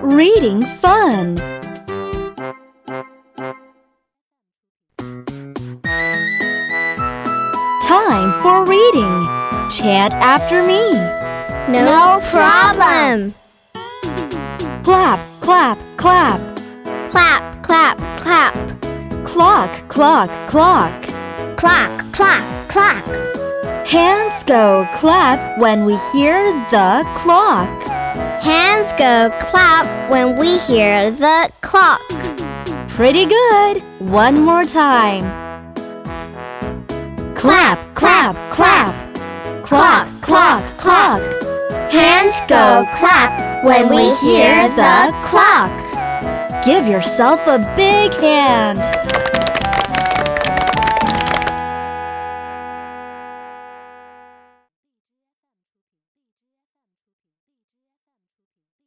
Reading Fun. Time for reading. Chant after me. No problem. Clap, clap, clap. Clap, clap, clap. Clock, clock, clock. Clock, clock, clock. Hands go clap when we hear the clock. Hands go clap when we hear the clock. Pretty good. One more time. Clap, clap, clap. Clock, clock, clock. Hands go clap when we hear the clock. Give yourself a big hand.